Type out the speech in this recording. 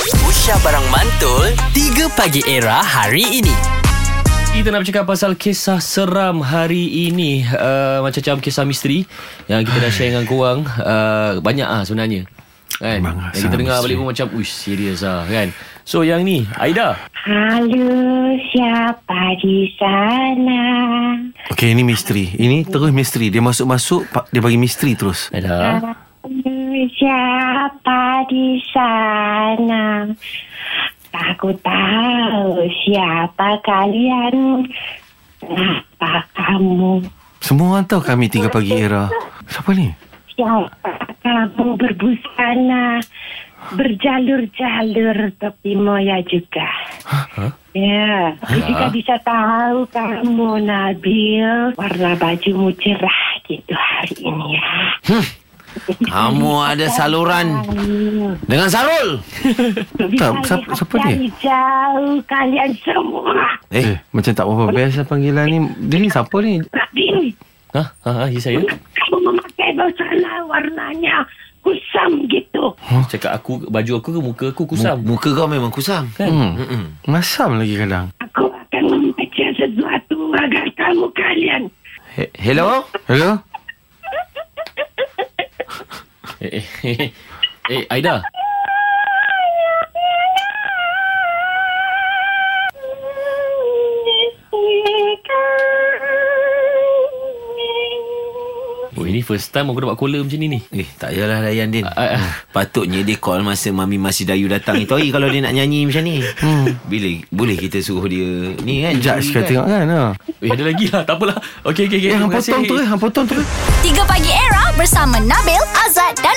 Aisyah Barang Mantul 3 Pagi Era hari ini Kita nak bercakap pasal kisah seram hari ini uh, Macam-macam kisah misteri Yang kita dah share dengan korang uh, Banyak ah sebenarnya kan? Memang ah, Yang kita sangat dengar misteri. balik pun macam Uish serius lah kan So yang ni Aida Halo, siapa di sana? Okey, ini misteri. Ini terus misteri. Dia masuk-masuk, pa- dia bagi misteri terus. Aida Halo, siapa di sana? Aku tahu siapa kalian. Apa kamu? Semua orang tahu kami tiga pagi era. Siapa ni? Siapa kamu berbusana? Berjalur-jalur tapi moya juga. Ha? Ya, aku juga bisa tahu kamu Nabil warna bajumu cerah gitu hari ini ya. Kamu ada saluran Hmm. dengan Sarul. Bisa siapa- lihat siapa dia? dari jauh kalian semua. Eh, macam tak apa-apa. Biasa panggilan ni. Dia ni siapa ni? Nabil, Ha? Ha? Ha? Ya saya kamu memakai busana warnanya kusam gitu. Cakap aku Baju aku ke muka aku kusam Kan? Muka kau memang kusam. Hmm. Masam lagi kadang. Aku akan membaca sesuatu agar kamu kalian He- Hello? Hello? Eh, eh, eh, eh Aida Oh ini first time aku dapat caller macam ni ni Eh, tak payahlah layan Din. Ah, ah. Patutnya dia call masa Mami Masih Dayu datang itu hari kalau dia nak nyanyi macam ni. Bila boleh kita suruh dia ni kan? Judge juri kan tengok kan? Ha. Eh ada lagi lah Tak apalah Okay okay okay Eh, hang Terima potong kasih. terus. Hang potong terus. 3 Pagi Era bersama Nabil, Azad dan